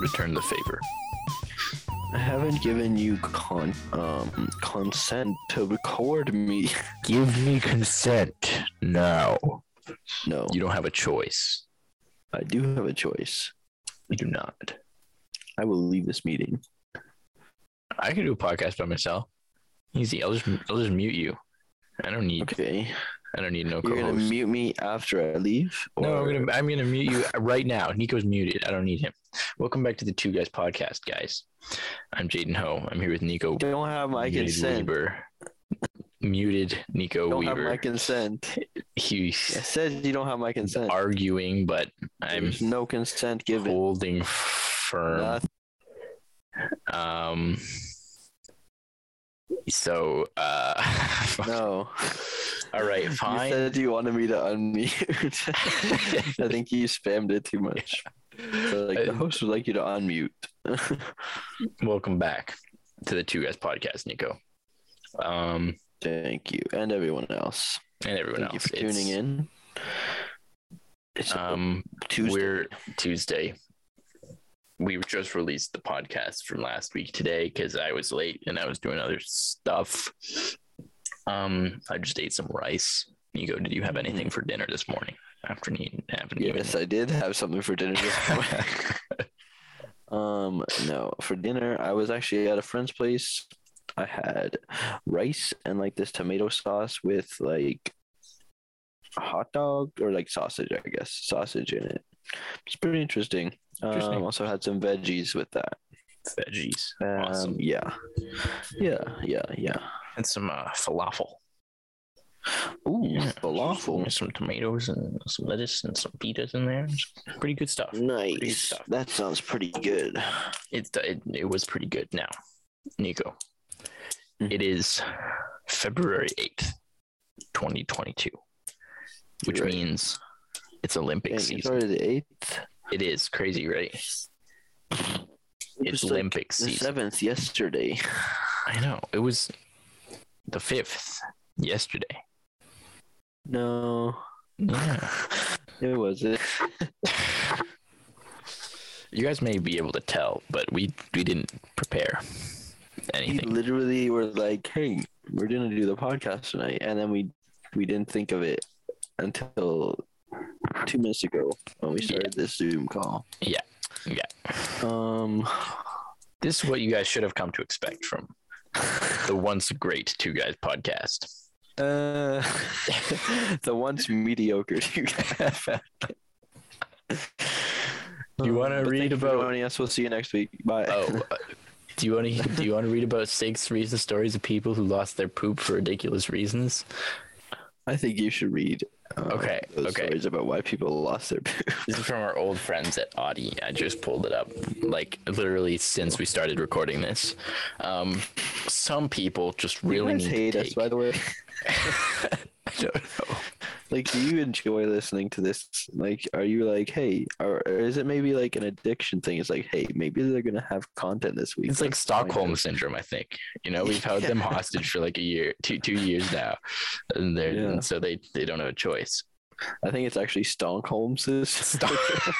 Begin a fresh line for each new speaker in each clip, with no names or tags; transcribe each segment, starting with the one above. return the favor.
I haven't given you con um consent to record me.
Give me consent now.
No,
You don't have a choice.
I do have a choice.
You do not.
I will leave this meeting.
I can do a podcast by myself. Easy. I'll just I'll just mute you. I don't need
Okay,
I don't need no
you're gonna
co-host.
mute me after I leave.
No, I'm
or-
gonna I'm gonna mute you right now. Nico's muted. I don't need him. Welcome back to the Two Guys Podcast, guys. I'm Jaden Ho. I'm here with Nico.
Don't have my
muted
consent.
Weaver. Muted Nico
Don't have my
Weaver.
consent. It
He's
says you don't have my consent.
arguing, but I'm
There's no consent given.
holding firm.
Noth-
Um. So, uh,
No.
all right,
You
fine.
said you wanted me to unmute. I think you spammed it too much. So, like the
Uh,
host would like you to unmute.
Welcome back to the Two Guys Podcast, Nico. Um,
Thank you, and everyone else.
and everyone else.
Thank you for tuning
It's-
in. It's
Um,
Tuesday.
We're Tuesday. We just released the podcast from last week today because I was late and I was doing other stuff. Um, I just ate some rice. Nico, did you have anything for dinner this morning? After eating, after
Mm-hmm. yes, I did have something for dinner. This morning. um, no, for dinner I was actually at a friend's place. I had rice and like this tomato sauce with like a hot dog or like sausage, I guess, sausage in it. It's pretty interesting.
Interesting.
Um, also had some veggies with that.
veggies
Um,
Awesome.
Yeah, yeah, yeah, yeah.
and some uh, falafel.
Ooh,
Yeah.
falafel.
There's some tomatoes and some lettuce and some pitas in there. Pretty good stuff. Pretty
Nice.
stuff.
That sounds pretty good.
It, uh, it, it was pretty good. Now, Nico,
Mhm.
it is February 8th, 2022, which
You're right.
means it's Olympic
Dang, it's
season.
already the eighth.
It is crazy, right? It's
was, like,
Olympic
The
season.
seventh yesterday.
I know. It was the 5th yesterday.
No,
Yeah.
it wasn't.
you guys may be able to tell, but we, we didn't prepare
We
anything.
literally were like, "Hey, we're gonna do the podcast tonight," and then we we didn't think of it until two minutes ago when we started this Zoom call.
Yeah. Yeah.
Um.
This is what you guys should have come to expect from the once great Two Guys podcast.
Uh, the once mediocre. You
You wanna read about-
Joining us. We'll see Um, you next week. Bye.
Oh, uh, do you want to do you want to read about six recent stories of people who lost their poop for ridiculous reasons?
I think you should read. uh,
Okay,
Those
okay.
Stories about why people lost their poop.
This is from our old friends at Audi. I just pulled it up, like literally since we started recording this. Um, some people just really
you guys
need
hate
to
us,
take.
by the way.
I don't know.
Like, do you enjoy listening to this? Like, are you like, hey, or, or is it maybe like an addiction thing? It's like, hey, maybe they're gonna have content this week.
It's like
Let's find
Stockholm
out.
syndrome, I think. You know, we've held them
Yeah.
hostage for like a year, two two years now, and they're
Yeah.
and so they they don't have a choice.
I think it's actually Stockholm syndrome.
Stock-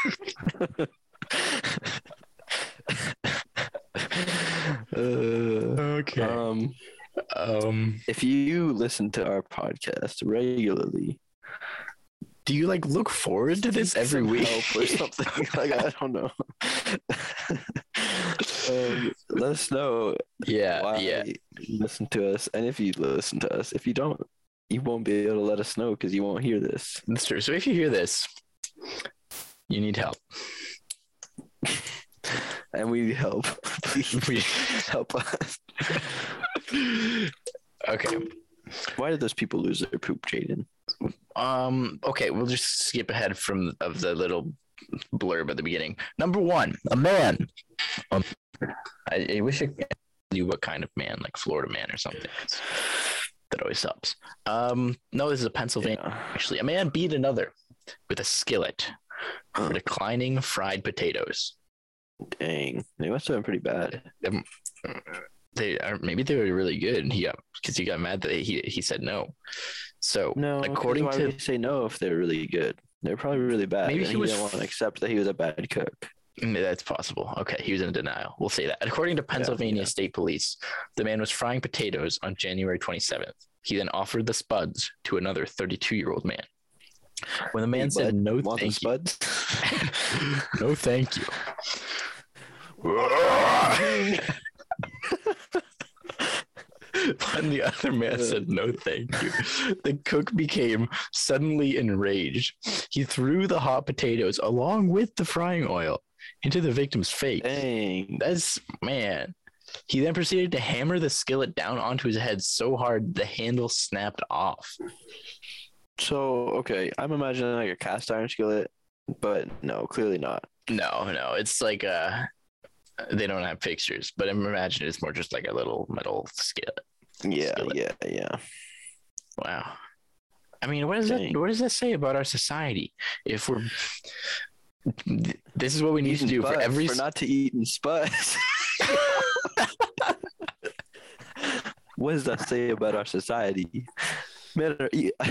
Uh,
okay.
Um,
Um,
if you listen to our podcast regularly,
do you like look forward to this
seek
every
some
week
help or something. like I don't know. um, let us know
Yeah,
why
Uh, yeah.
you listen to us, and if you listen to us, if you don't, you won't be able to let us know because you won't hear this.
That's true. So if you hear this, you need help.
And we help. Please
We-
help us.
okay.
Why did those people lose their poop, Jaden?
Um, okay, we'll just skip ahead from of the little blurb at the beginning. Number one, a man. Um, I, I wish I knew what kind of man, like Florida man or something. That always helps. Um, no, this is a Pennsylvania.
Yeah.
Actually, a man beat another with a skillet for declining fried potatoes.
Dang, they must have been pretty bad.
They are maybe they were really good. And he got because he got mad that he he said no. So
No, 'cause
according
why
to-
would you say no if they're really good. They're probably really bad.
Maybe
and
he
he
was
didn't
f-
want to accept that he was a bad cook.
Mm, That's possible. Okay, he was in denial. We'll say that. According to Pennsylvania
yeah.
State Police, the man was frying potatoes on January 27th. He then offered the spuds to another 32 year old man. When the man
Hey,
said
bud,
no
Want some
thank you,
spuds?
no thank you, when the other man said no thank you, the cook became suddenly enraged. He threw the hot potatoes along with the frying oil into the victim's face.
Dang.
That's man. He then proceeded to hammer the skillet down onto his head so hard the handle snapped off.
So okay, I'm imagining like a cast iron skillet, but no, clearly not.
No, no, it's like uh they don't have pictures, but I imagine it's more just like a little metal skillet.
Yeah,
Skillet.
yeah, yeah.
Wow. I mean, what does that
Dang.
what does that say about our society? If we're this is what we need to
Eating
do for
spuds,
every
for not to eat in spuds. what does that say about our society? Men are, eat, men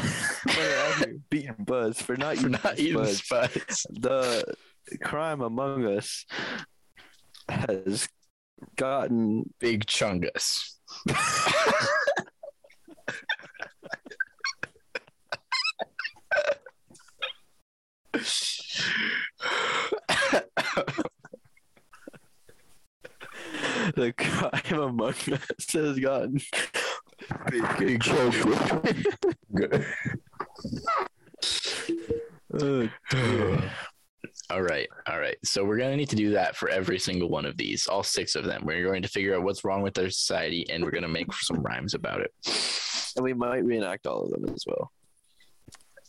are out here beating buds for not
for
eating,
not eating
spuds.
spuds.
The crime among us has gotten
Big chungus.
the crime among us has gotten
Big chungus.
uh,
all right, all right. So we're gonna need to do that for every single one of these, all six of them. We're going to figure out what's wrong with their society, and we're gonna make some rhymes about it.
and we might reenact all of them as well.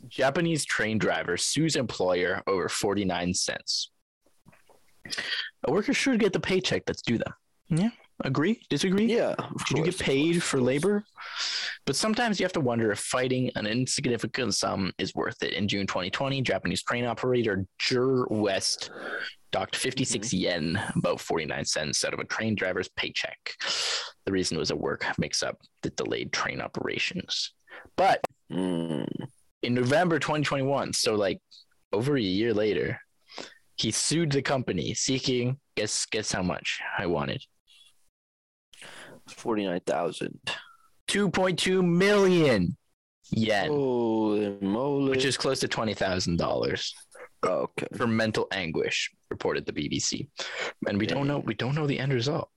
Japanese train driver sues employer over forty nine cents. A worker should get the paycheck that's due them. Yeah, agree? Disagree?
Yeah, of
Should you get
course, of course,
paid
of
for
course.
labor? But sometimes you have to wonder if fighting an insignificant sum is worth it. In June 2020, Japanese train operator Jur West docked 56
Mm-hmm.
yen, about 49 cents, out of a train driver's paycheck. The reason was a work mix up that delayed train operations. But
Mm.
in November 2021, so like over a year later, he sued the company seeking guess guess how much I wanted.
49,000.
2.2 million yen.
Holy moly.
which is close to twenty thousand dollars
Oh, okay.
for mental anguish, reported the BBC. And we don't know. We don't know the end result.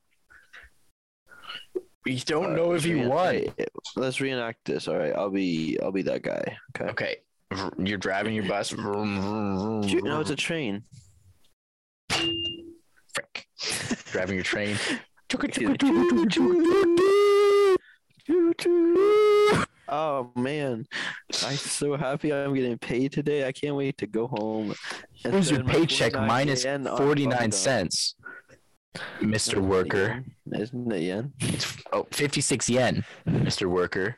We don't
Alright,
know if
let's
he
reen-
won.
hey, Let's reenact this. All right, I'll be I'll be that guy. Okay.
Okay, Vr- you're driving your bus. Vroom, vroom, vroom,
Shoot, No, it's a
vroom.
train.
Frick. driving your train.
Oh man, I'm so happy I'm getting paid today. I can't wait to go home. and
Here's your
spend my
paycheck
49
minus
yen on
forty
bubble gum.
nine cents, Mister
Isn't it
Worker.
yen? Isn't it yen?
It's oh, 56 yen, Mr. Worker.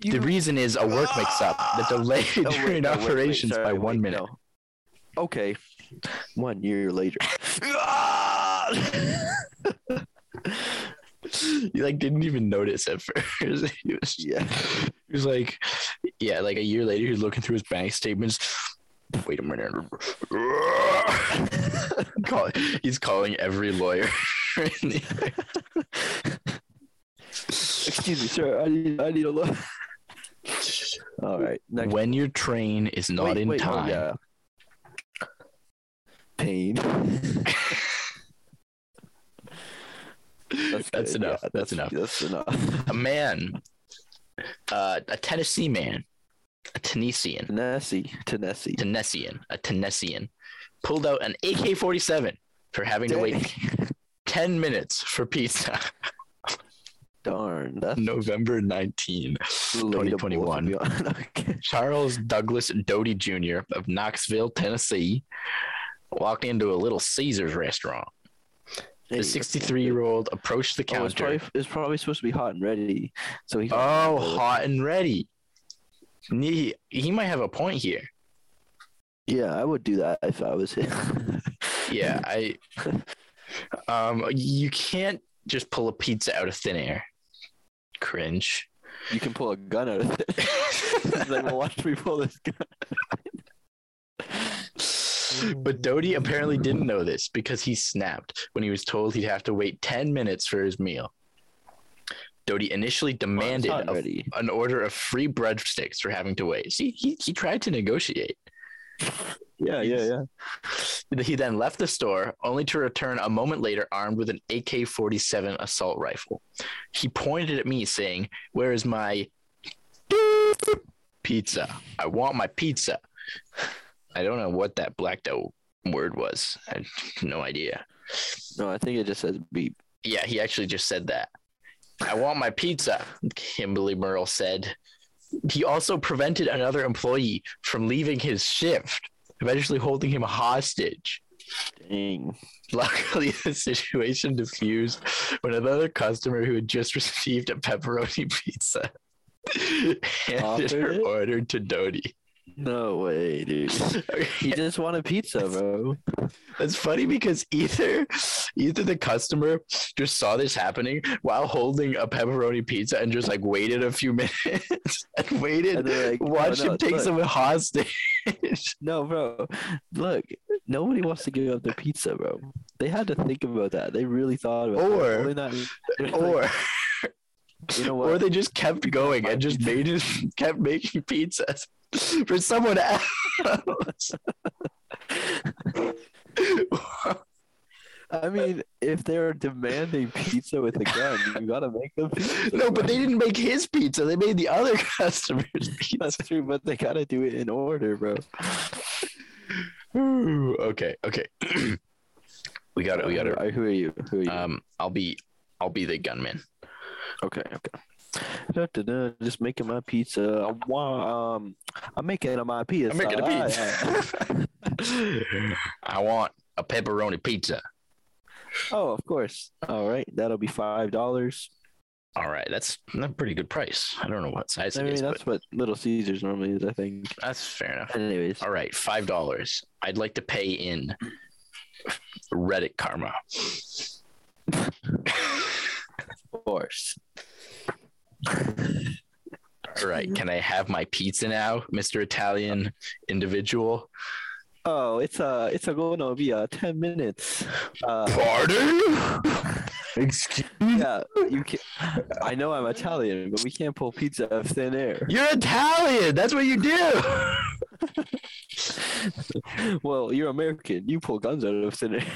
the reason is a work mix up that delayed
Oh, wait,
train
no, wait, wait,
operations
sorry,
by one
wait,
minute.
no. Okay, one year later.
You like didn't even notice at first. he, was, he
yeah.
was like, yeah, like a year later, he was looking through his bank statements. Wait a minute. Call, he's calling every lawyer. in the-
Excuse me, sir. I need I need a look. All right. Next.
when your train is not
wait,
in
wait, oh,
time,
yeah. Pain.
that's,
good,
enough.
yeah,
that's enough.
That's enough.
a man, uh, a Tennessee man, a Tennessean,
Tennessee, Tennessee.
Tennessean, a Tennessean, pulled out an AK 47 for having to wait 10 minutes for pizza
Darn. That's
November 19.
relatable, to
2021.
be honest. Okay.
Charles Douglas Doty Jr. of Knoxville, Tennessee, walked into a Little Caesars restaurant.
Hey,
The 63 year old approached the
Oh, it's
counter.
probably, it's probably supposed to be hot and ready. So he.
Oh, hot and ready. He, he might have a point here.
Yeah, I would do that if I was him.
Yeah, I. Um, you can't just pull a pizza out of thin air. Cringe.
you can pull a gun out of it. He's like, well, watch me pull this gun.
But Doty apparently didn't know this because he snapped when he was told he'd have to wait 10 minutes for his meal. Doty initially
Well, it's
demanded
not
a-
ready.
an order of free breadsticks for having to wait. See, he, he tried to negotiate.
Yeah, yeah, yeah.
He then left the store, only to return a moment later armed with an AK 47 assault rifle. He pointed at me, saying, Where is my pizza? I want my pizza. I don't know what that blacked out word was. I have no idea.
No, I think it just says beep.
Yeah, he actually just said that. I want my pizza, Kimberly Merle said. He also prevented another employee from leaving his shift, eventually holding him hostage.
Dang.
Luckily, the situation diffused when another customer who had just received a pepperoni pizza handed her
Offered it?
order to Dodie.
No way, dude. He just wanted pizza, bro.
That's funny because either either the customer just saw this happening while holding a pepperoni pizza and just like waited a few minutes and waited,
And they're like,
watched
"Oh, no,
him take
look."
someone hostage.
No, bro. Look, nobody wants to give up their pizza, bro. They had to think about that. They really thought about
Or-
that. Only not- they're like,
or
you know
or
what?
they just kept going and just made it, kept making pizzas for someone else.
I mean, if they're demanding pizza with a gun, you gotta make them. pizza,
no,
bro.
but they didn't make his pizza. They made the other customer's pizza.
That's true, but they gotta do it in order, bro.
Ooh, okay, okay. we got it. We got it.
Alright, Who are you? Who are you?
Um, I'll be, I'll be the gunman.
okay, okay. Da-da-da, Just making my pizza. I want, um, I'm making my pizza.
I'm making a
Ah, yeah.
pizza. I want a pepperoni pizza.
Oh, of course. All right, that'll be five dollars.
All right, that's a pretty good price. I don't know what size
I
it
mean,
is, but
that's what Little Caesars normally is, I think.
that's fair enough.
Anyways,
All right, five dollars. I'd like to pay in Reddit karma.
of course.
All right, can I have my pizza now, Mister Italian individual?
Oh, it's uh, it's a gonna be uh, ten minutes. Uh,
Pardon? Excuse?
yeah, you can. I know I'm Italian, but we can't pull pizza out of thin air.
You're Italian. That's what you do.
Well, you're American. You pull guns out of thin air.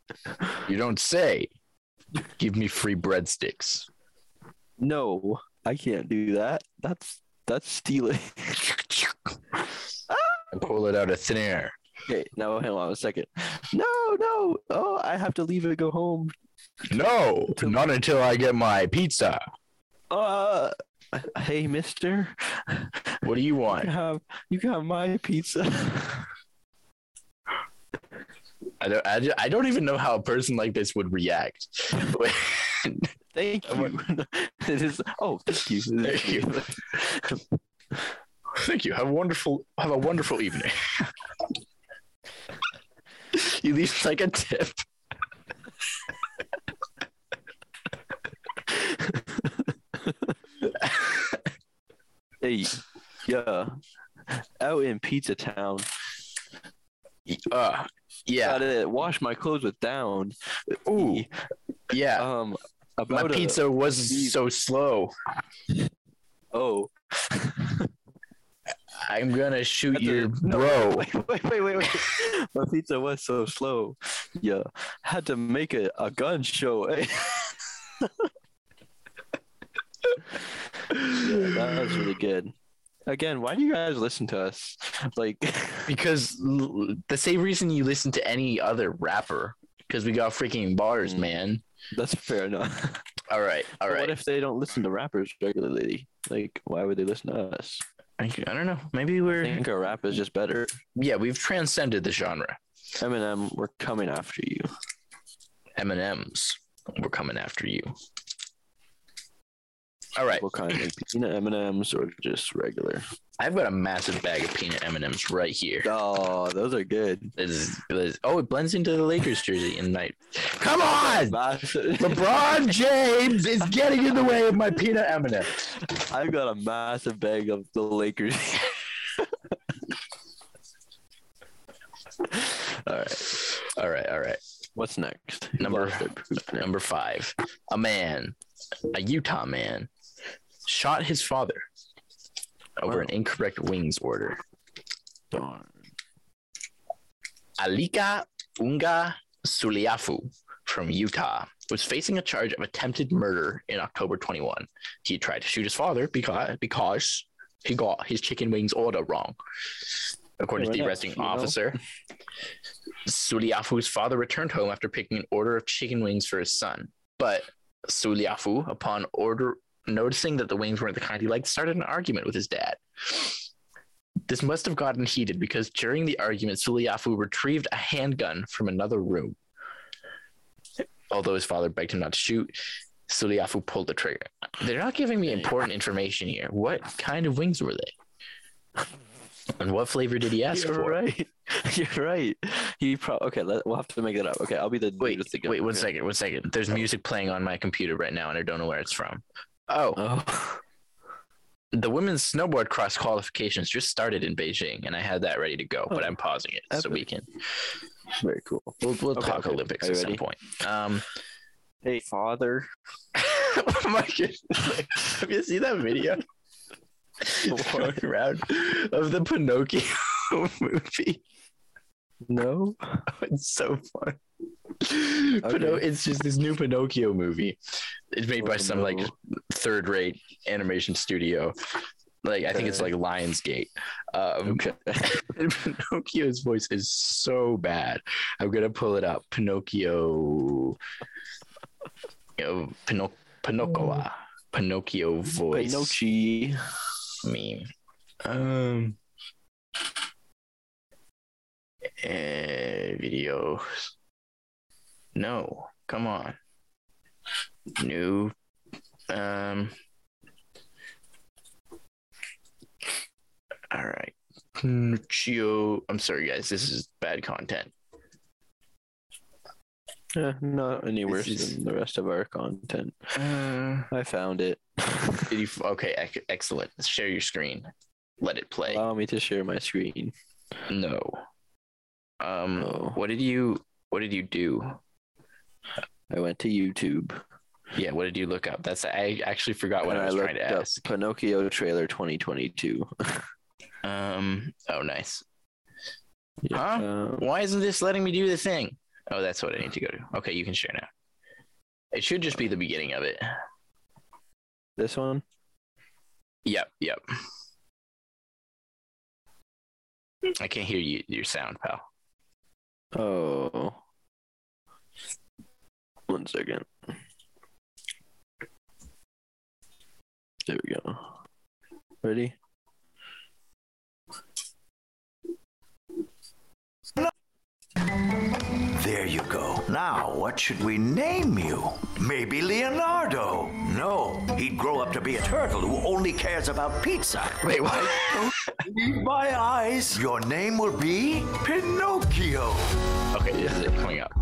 You don't say. Give me free breadsticks.
No, I can't do that. That's that's stealing.
I pull it out of thin air.
okay, now hang on a second. No, no. Oh, I have to leave and go home.
No, not until I get my pizza.
Uh, hey, Mister,
What do you
you can
want?
have you can have my pizza.
I don't. I, ju- I don't even know how a person like this would react.
Thank
Oh,
you. it is. Oh, thank you.
Thank you. Thank you. Have a wonderful have a wonderful evening. he leaves like a tip.
Hey, yeah. Out in Pizza Town,
Uh, yeah.
got it. Wash my clothes with down.
Ooh. Yeah.
Um,
My
about a-
pizza was so slow.
oh,
I'm gonna shoot
That's a-
your
no,
bro.
wait, wait, wait, wait, wait. my pizza was so slow. Yeah, had to make a, a gun show. eh? Yeah, that was really good. Again, why do you guys listen to us? Like,
Because l- the same reason you listen to any other rapper, because we got freaking bars,
Mm.
man.
that's fair enough.
All right, all
But
right.
What if they don't listen to rappers regularly? Like, why would they listen to us?
I I don't know. Maybe
I
we're
think our rap is just better.
yeah. We've transcended the genre.
Eminem, we're coming after you.
M and M's. We're coming after you. All right.
What kind? Like peanut M&Ms or just regular?
I've got a massive bag of peanut M and M's right here.
Oh, those are good.
This is- this- oh, it blends into the Lakers jersey in night. Come on,
Massive-
LeBron James is getting in the way of my peanut M and m
I've got a massive bag of the Lakers. What's next?
Number-
Lost their poop now.
Number five, a man, a Utah man, shot his father over
Wow.
an incorrect wings order.
Darn.
Alika Unga Suliafu from Utah was facing a charge of attempted murder in October 21. He tried to shoot his father because because he got his chicken wings order wrong. According to
Fair
the
enough,
arresting
you know.
officer, Suliafu's father returned home after picking an order of chicken wings for his son. But Suliafu, upon order noticing that the wings weren't the kind he liked, started an argument with his dad. This must have gotten heated because during the argument, Suliafu retrieved a handgun from another room. Although his father begged him not to shoot, Suliafu pulled the trigger. They're not giving me important information here. What kind of wings were they? And what flavor did he ask
You're
for?
right. You're right. He pro- okay. Let, we'll have to make that up. Okay, I'll be the dude
Wait,
with the gun.
wait, one
Okay.
second, one second. There's music playing on my computer right now, and I don't know where it's from. Oh,
Oh,
the women's snowboard cross qualifications just started in Beijing, and I had that ready to go, but
Oh.
I'm pausing it so
Epic.
we can
very cool.
we'll, we'll
Okay,
talk
okay.
Olympics
Are
at
you
some
ready?
point. Um,
Hey, father.
oh my goodness. Have you seen that video?
What?
Going around of the Pinocchio movie.
No.
It's so fun. Pino- it's just this new Pinocchio movie. It's made by
Oh,
some like
no.
third rate animation studio. Like I think it's like
Okay.
Lionsgate. Um,
Okay.
Pinocchio's voice is so bad. I'm gonna pull it up. Pinocchio. You know, Pinoc- Pinocchio. Pinocchio voice.
Pinocchio.
meme. Um. eh, video. No, come on. New. Um. All right. Pinocchio. I'm sorry, guys. This is bad content.
Eh, not any
This
worse
is-
than the rest of our content.
Uh,
I found it.
did you, okay, ec- excellent. Share your screen. Let it play.
Allow me to share my screen.
No. Um.
Oh,
What did you What did you do?
I went to YouTube
Yeah, what did you look up? That's I actually forgot what
and
I was trying
looked
to
up
ask.
Pinocchio trailer 2022.
Um. Oh, nice. Huh?
Uh,
Why isn't this letting me do the thing? Oh, that's what I need to go to. Okay, you can share now. It should just be the beginning of it.
this one.
Yep. Yep. I can't hear you. Your sound, pal.
Oh. One second. There we go. Ready?
There you go. Now, what should we name you? Maybe Leonardo. No, he'd grow up to be a turtle who only cares about pizza.
Wait, what?
Leave my eyes. Your name will be Pinocchio.
Okay, this is it coming up.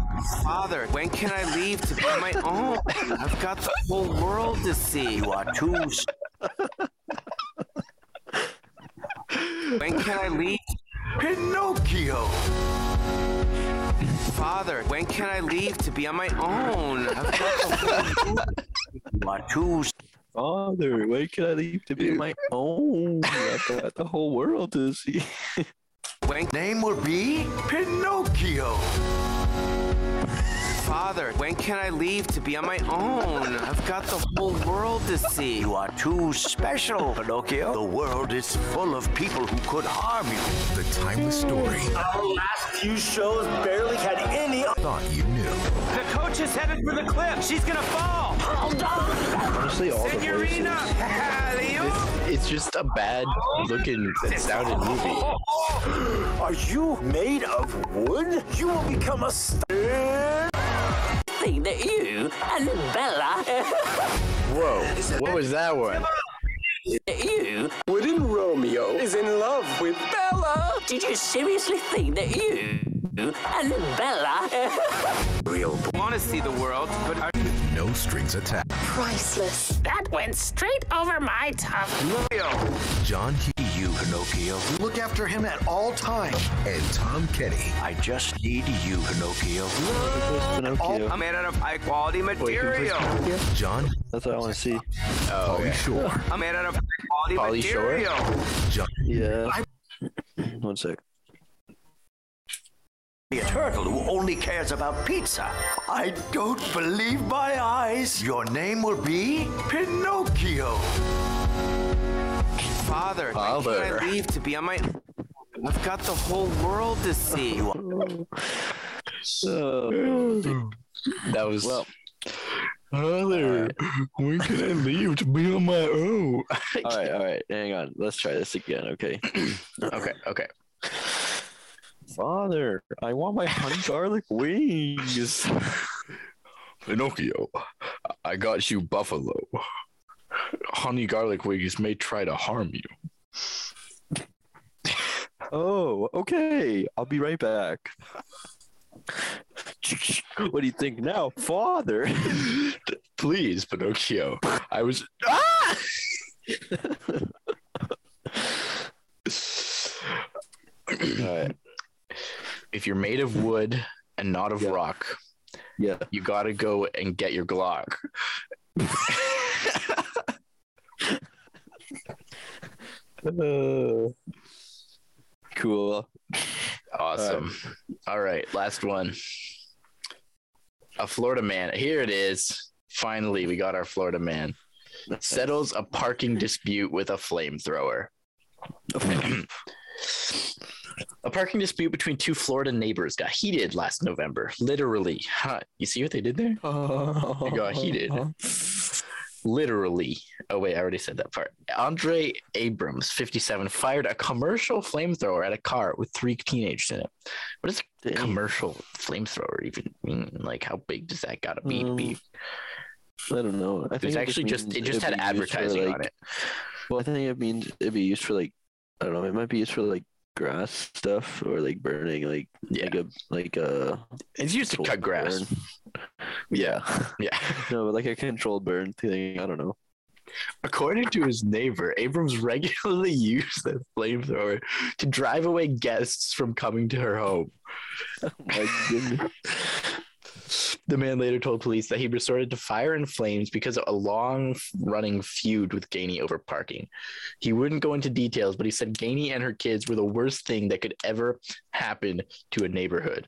Father, when can I leave to be my own? I've got the whole world to see.
You are too. s-
When can I leave?
Pinocchio.
Father, when can I leave to be on my own? I've got the
You are too. s-
Father, when can I leave to be my own? I've got the whole world to see.
when,
Name will be Pinocchio.
Father, when can I leave to be on my own? I've got the whole world to see.
You are too special, Pinocchio. The world is full of people who could harm you.
The timeless story
Our last few shows barely had any.
thought you knew.
The coach is headed for the cliff. She's gonna fall.
Honestly, all the voices.
Senorina, Adios.
It's just a bad looking sounded movie.
Are you made of wood? You will become a star.
thing that you and Bella,
Whoa, what was that one?
you,
Wouldn't Romeo is in love with
Bella. Did you seriously think that you and Bella?
Wanna see the world, but are
No strings attached.
Priceless. That went straight over my tongue.
John Hughes.
you, Pinocchio.
Look after him at all times.
and Tom Kenny.
I just need you, Pinocchio.
Pinocchio.
I'm made out of high quality material.
John
That's what I want to see.
Oh,
Polly Shore.
I'm made out of high quality
Pauly Shore?
material.
John
Yeah. One sec.
Be a turtle who only cares about pizza. I don't believe my eyes. Your name will be Pinocchio.
Father, When
Father.
can I leave to be on my I've got the whole world to see.
So,
that was.
well,
Father, when can I leave to be on my own?
all right, all right. Hang on. Let's try this again. Okay.
okay, okay.
Father, I want my honey garlic wings.
Pinocchio, I got you buffalo. Honey garlic wings may try to harm you.
Oh, okay. I'll be right back. What do you think now, Father?
Please, Pinocchio. I was. Ah!
All right.
if you're made of wood and not of
Yeah.
rock,
Yeah.
you gotta go and get your Glock.
Cool.
Awesome. All right, last one. A Florida man. Here it is. Finally, we got our Florida man. Settles a parking dispute with a flamethrower. a parking dispute between two Florida neighbors got heated last November. Literally. Huh. You see what they did there?
Oh,
got heated. Literally. Oh, wait, I already said that part. Andre Abrams, 57, fired a commercial flamethrower at a car with three teenagers in it. What is a commercial flamethrower even mean? Like, how big does that gotta be? to be?
I don't know. I think
There's
it
actually just,
means
Um, it just
it'd
had
be used for,
advertising
like-
on it.
Well, I think it means it'd be used for like I don't know. It might be used for like grass stuff or like burning like
Yeah.
like a like a
It's used to cut
controlled
grass.
burn. Yeah.
Yeah.
no, but like a controlled burn thing. I don't know.
According to his neighbor, Abrams regularly used the flamethrower to drive away guests from coming to her home.
My goodness.
The man later told police that he resorted to fire and flames because of a long running feud with Gainey over parking. He wouldn't go into details, but he said Gainey and her kids were the worst thing that could ever happen to a neighborhood.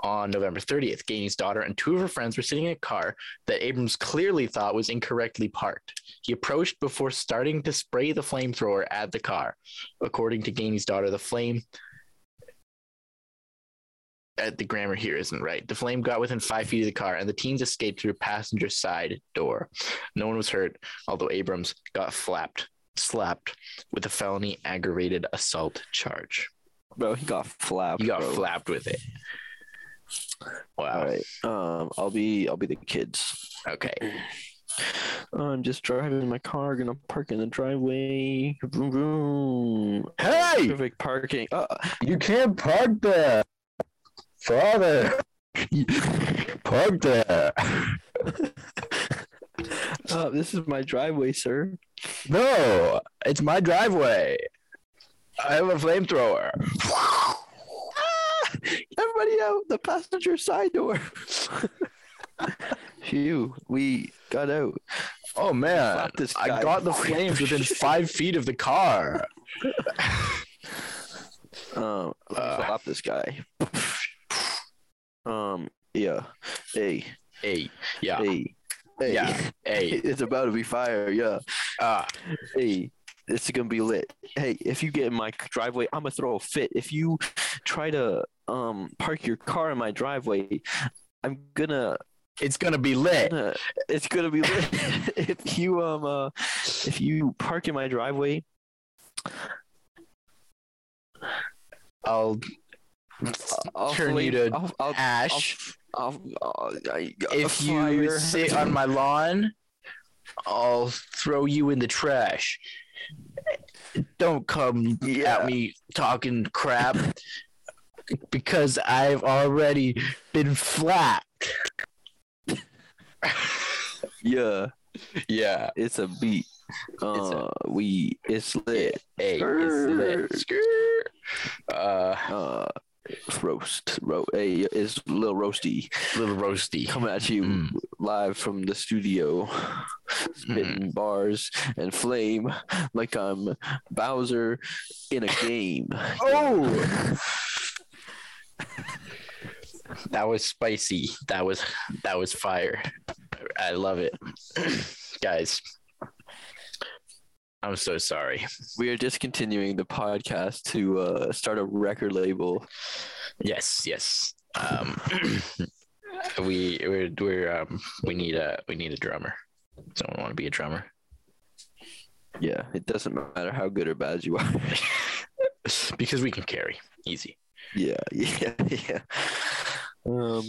On November 30th, Gainey's daughter and two of her friends were sitting in a car that Abrams clearly thought was incorrectly parked. He approached before starting to spray the flamethrower at the car. According to Gainey's daughter, the flame uh, the grammar here isn't right. The flame got within five feet of the car, and the teens escaped through a passenger side door. No one was hurt, although Abrams got flapped, slapped with a felony aggravated assault charge.
bro, he got flapped.
You got
bro.
flapped with it. Wow.
All right. Um, I'll be I'll be the kids.
Okay.
I'm just driving my car, gonna park in the driveway. Vroom, vroom.
Hey,
Perfect parking. Uh,
you can't park there, father. park there.
uh, this is my driveway, sir.
No, it's my driveway. I have a flamethrower.
Everybody out the passenger side door. Phew, we got out.
Oh man,
Fuck this
I
guy.
got the flames within five feet of the car.
Um,
Uh.
slap this guy. Um, yeah. Hey,
Hey, yeah,
hey, hey. uh,
Yeah. hey,
It's about to be fire. Yeah.
ah,
Hey, it's gonna be lit. Hey, if you get in my driveway, I'm gonna throw a fit. If you try to um park your car in my driveway, I'm gonna
it's gonna be lit.
gonna- it's gonna be lit. if you um uh, if you park in my driveway,
I'll
I'll
Turn you
flame-
to
I'll, I'll,
ash.
I'll, oh, I'll, I-
If
fire.
you sit on my lawn, I'll throw you in the trash. Don't come
Yeah.
at me talking crap because I've already been flat.
yeah,
Yeah.
it's a beat. Uh, we it's lit.
Hey, it's lit. Uh,
Uh, roast, ro- hey, it's little roasty
little roasty.
coming at you
Mm.
live from the studio, spitting bars and flame like I'm Bowser in a game.
Oh, that was spicy. That was that was fire. I love it, guys. I'm so sorry.
We are discontinuing the podcast to uh, start a record label.
Yes, yes. Um, we we're we're um we need a we need a drummer. Someone want to be a drummer?
Yeah, it doesn't matter how good or bad you are.
because we can carry easy.
yeah, yeah, yeah. Um,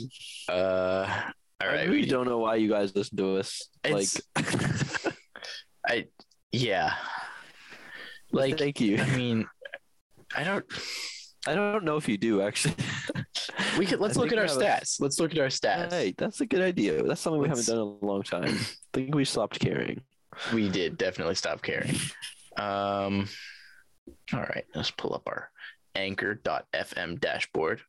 Uh, all
I
right.
really
we-
don't know why you guys listen to us. Like,
It's- I yeah.
like,
Like
thank you.
I mean, I don't.
I don't know if you do actually.
We could let's
I
look
think
at our
we have
stats. Let's look at our stats.
Hey, that's a good idea. That's something we
Let's-
haven't done in a long time. I think we stopped caring.
We did definitely stop caring. Um, all right, let's pull up our anchor.fm dashboard.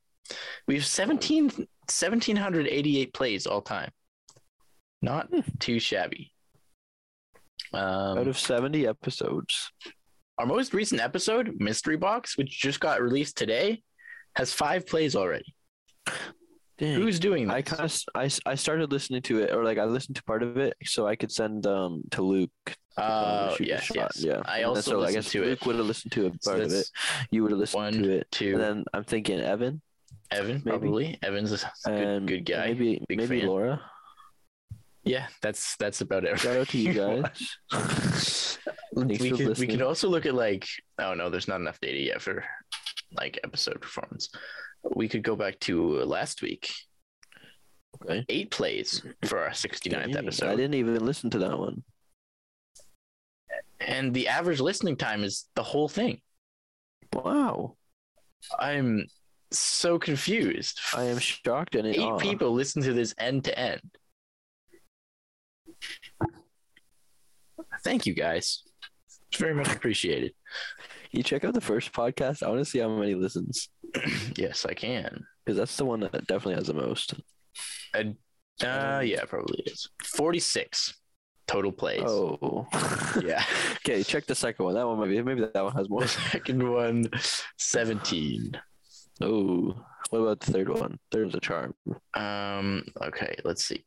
We have 17, 1,788 plays all time. Not
Hmm.
too shabby.
Out
Um,
of seventy episodes,
our most recent episode, Mystery Box, which just got released today, has five plays already.
Dang.
Who's doing that?
Hmm. I kind of I, s- I started listening to it, or like I listened to part of it, so I could send um to Luke.
Oh,
uh, shoot the
yes,
shot,
yes.
yeah.
I
And
also
so I
listened
guess
to
Luke
it.
would have listened to a part
So
of it.
that's
You would have listened
one,
to it,
two,
and then I'm thinking Evan
Evan,
maybe.
probably. Evan's a good,
and
good guy.
Um, Maybe
Big
maybe
fan.
Laura.
Yeah, that's that's about it.
Shout out to you
Everyone.
guys.
we
Thanks for
could, we
listening.
could also look at like oh no there's not enough data yet for like episode performance we could go back to last week
Okay.
eight plays for our 69th
Dang, I
episode
didn't even listen to that one.
and the average listening time is the whole thing
Wow.
i'm so confused
I am shocked and in
eight
awe.
people listen to this end to end thank you guys it's very much appreciated
You check out the first podcast. I want to see how many listens
yes i can
because that's the one that definitely has the most.
uh yeah probably is 46 total plays
Oh,
yeah
Okay, check the second one. That one maybe maybe that one has more.
The second one, 17.
Oh, what about the third one? Third one's a charm.
Um, okay, let's see.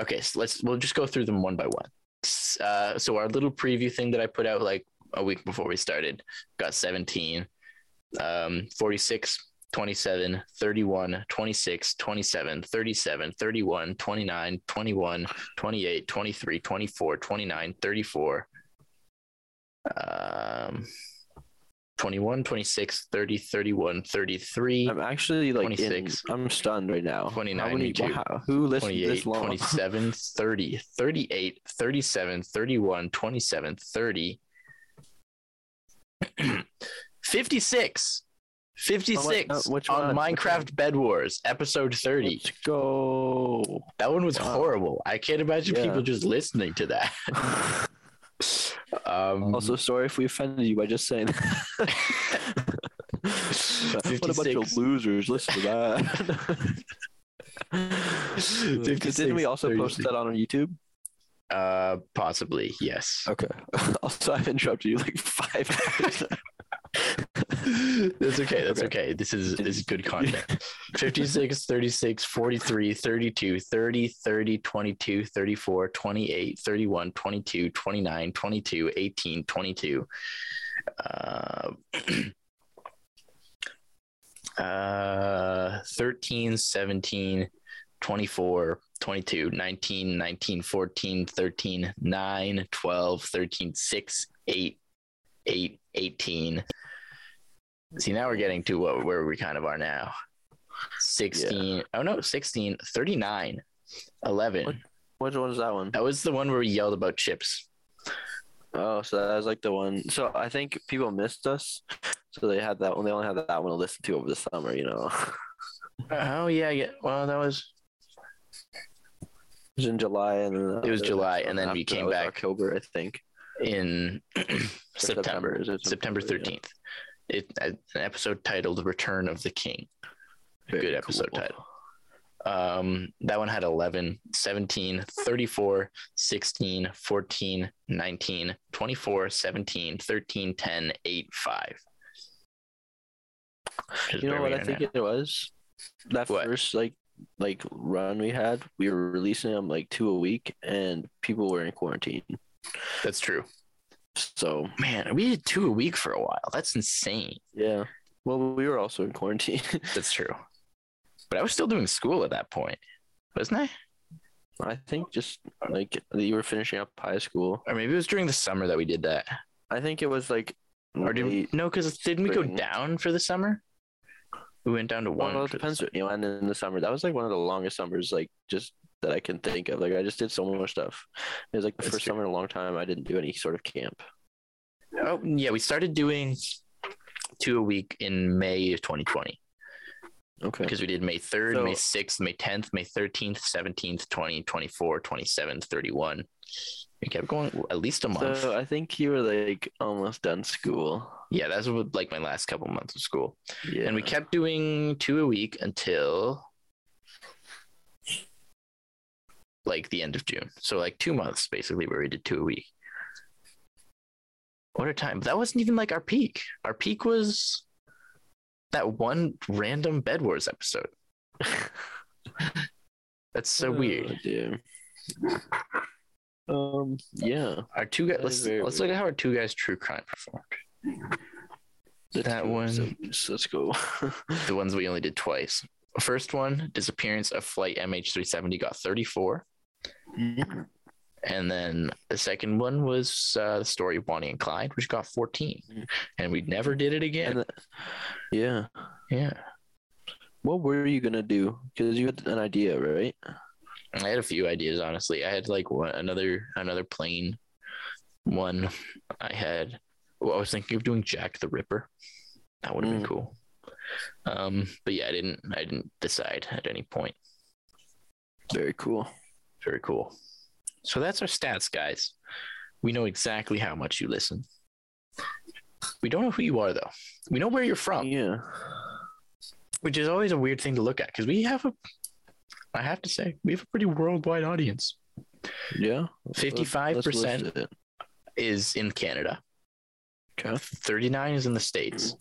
Okay, so let's we'll just go through them one by one. S- Uh, so our little preview thing that I put out like a week before we started got 17, um, 46, 27, 31, 26, 27, 37, 31, 29, 21, 28, 23, 24, 29, 34. Um 21, 26, 30, 31, 33.
I'm actually like in-
26.
I'm stunned right now. How
29,
many-
me too.
wow, who listened
28,
this long?
27, 30, 38, 37, 31, 27, 30, 56, 56
uh, Oh, which
on
one? Which
Minecraft Bed Wars, episode 30.
Let's go.
That one was
Wow.
horrible. I can't imagine
Yeah.
people just listening to that. Um,
also, sorry if we offended you by just saying. that. what a bunch
56.
of losers! Listen to that.
56,
Because didn't we also post
36.
that on our YouTube?
uh, possibly, yes.
Okay. also, I've interrupted you like five times.
that's okay. That's
Okay.
okay. This is this is good content. 56, 36, 43, 32, 30, 30, 22, 34, 28, 31, 22, 29, 22, 18, 22. Uh, uh, 13, 17, 24, 22, 19, 19, 14, 13, 9, 12, 13, 6, 8, 8, 18, See, now we're getting to what where we kind of are now. 16. Oh no, 16, 39, 11.
What? Which one is that one?
That was the one where we yelled about chips.
Oh, so that was like the one. So I think people missed us. So they had that one. They only had that one to listen to over the summer, you know.
Oh yeah, yeah. Well, that was
It was in July and then
It was
the
July,
next
and
one
then we
after that
came
was
back.
October, I think.
in
September,
September,
is it
September
September? Yeah.
13th. It, an episode titled Return of the King.
Very
Good episode
cool.
title. Um, that one had 11, 17, 34, 16, 14, 19, 24, 17, 13, 10, 8, 5. Just
You know
bear
what
me
I
on
think
that.
it was? That
What?
first like like run we had, we were releasing them like two a week, and people were in quarantine.
That's true.
So
Man, we did two a week for a while. That's insane.
yeah, well we were also in quarantine.
That's true. But I was still doing school at that point, wasn't I?
I think just like you were finishing up high school.
Or maybe it was during the summer that we did that.
I think it was like
Or did we,
late
no? Because didn't we go
spring.
down for the summer? We went down to one.
Well, it
for the
depends.
summer.
You know, and in the summer, that was like one of the longest summers, like just that I can think of. Like I just did so much stuff. It was like the
That's
first
true.
summer in a long time I didn't do any sort of camp.
Oh yeah, we started doing two a week in May of 2020
Okay.
because we did May 3rd,
So-
May 6th, May 10th, May 13th, 17th, 20, 24, 27th, 31. We kept going at least a month.
So I think you were like almost done school.
yeah, that's what, like my last couple months of school,
Yeah.
and we kept doing two a week until like the end of June. So like two months basically where we did two a week. What a time. That wasn't even like our peak. Our peak was that one random Bed Wars episode. That's so
Oh,
weird.
dude. Um. Yeah.
Our two guys
that is
let's
very
let's look at how our two guys true crime performed.
The
That
two
one-
episodes, Let's go.
The ones we only did twice. First one, disappearance of flight MH370 got 34. And then the second one was uh, the story of Bonnie and Clyde, which got 14. And we never did it again.
Mm. And the- yeah.
yeah.
What were you gonna do? Because you had an idea, right?
I had a few ideas, honestly. I had like one, another another plane one. I had. Well, I was thinking of doing Jack the Ripper. That would have
Mm.
been cool. Um, but yeah, I didn't. I didn't decide at any point.
Very cool.
Very cool. So that's our stats, guys. We know exactly how much you listen. We don't know who you are though. We know where you're from.
Yeah.
which is always a weird thing to look at because we have a i have to say we have a pretty worldwide audience
Yeah. Let's-
55%
let's list it.
is in canada
Okay.
39 is in the states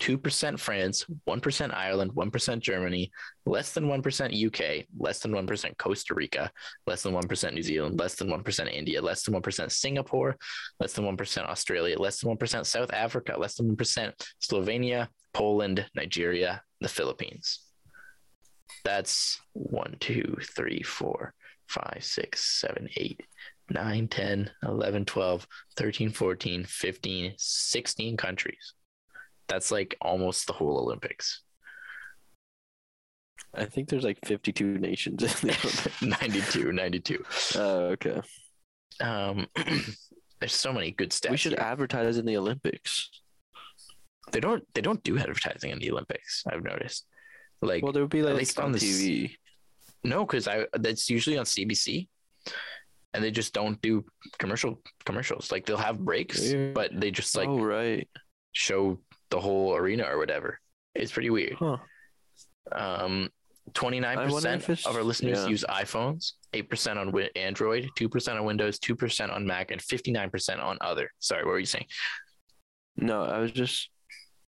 2% france 1% ireland 1% germany less than 1% uk less than 1% costa rica less than 1% new zealand less than 1% india less than 1% singapore less than 1% australia less than 1% south africa less than 1% slovenia poland nigeria the philippines That's one, two, three, four, five, six, seven, eight, nine, 10, 11, 12, 13, 14, 15, 16 countries. That's like almost the whole Olympics.
I think there's like 52 nations in the Olympics.
92, 92.
Oh, okay.
Um, there's so many good stats.
we should
here.
advertise in the Olympics.
they don't they don't do advertising in the Olympics. I've noticed. Like
well, there would be like
least on
on,
the
TV.
no, because I that's usually on CBC, and they just don't do commercial commercials. Like they'll have breaks,
Yeah.
but they just like
oh, right.
show the whole arena or whatever. It's pretty weird.
Huh.
Um,
I wonder
29%
if it's-
of our listeners
yeah.
use iPhones, 8% on Win- Android, 2% on Windows, 2% on Mac, and 59% on other. Sorry, what were you saying?
No, I was just.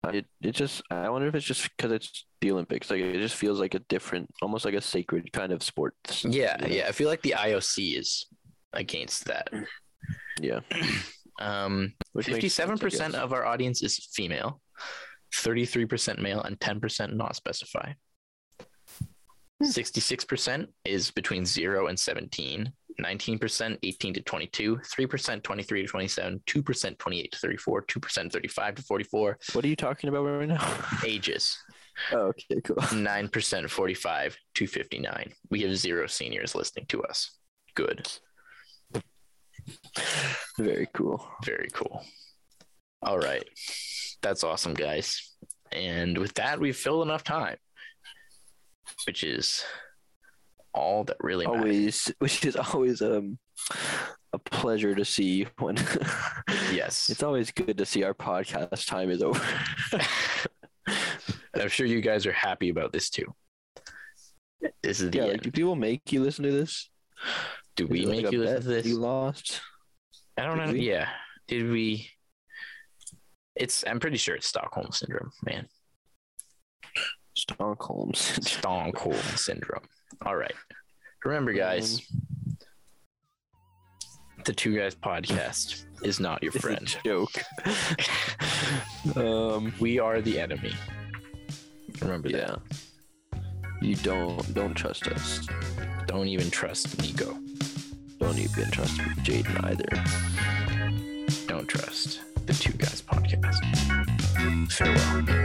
I- It, it just I wonder if it's just because it's the Olympics like it just feels like a different almost like a sacred kind of sport
Yeah,
Yeah.
yeah. I feel like the IOC is against that.
yeah
Um,
which makes
57%
sense, I guess.
of our audience is female, 33% male, and 10% not specified.
Hmm.
66% is between 0 and 17, 19% 18 to 22, 3% 23 to 27, 2% 28 to 34, 2% 35 to 44,
what are you talking about right now
ages
oh okay cool
9% 45 to 59. We have zero seniors listening to us. Good.
very cool
Very cool. All right. That's awesome, guys. And with that, we've filled enough time, which is all that really matters.
always which is always um a pleasure to see when
Yes.
it's always good to see our podcast time is over.
I'm sure you guys are happy about this too. This is the
yeah,
end.
like, do people make you listen to this?
Do we
Is it like
make
a
you listen
bet
to this?
You lost.
I don't
Did
know.
we?
Yeah. Did we? It's. I'm pretty sure it's Stockholm syndrome, man.
Stockholm. syndrome.
Stockholm syndrome. All right. Remember, guys, the Two Guys podcast is not your
It's a
friend.
joke. um,
We are the enemy. Remember
yeah. You don't don't trust us.
that. Don't even trust Nico.
Don't even trust Jaden either.
Don't trust the Two Guys podcast. Farewell.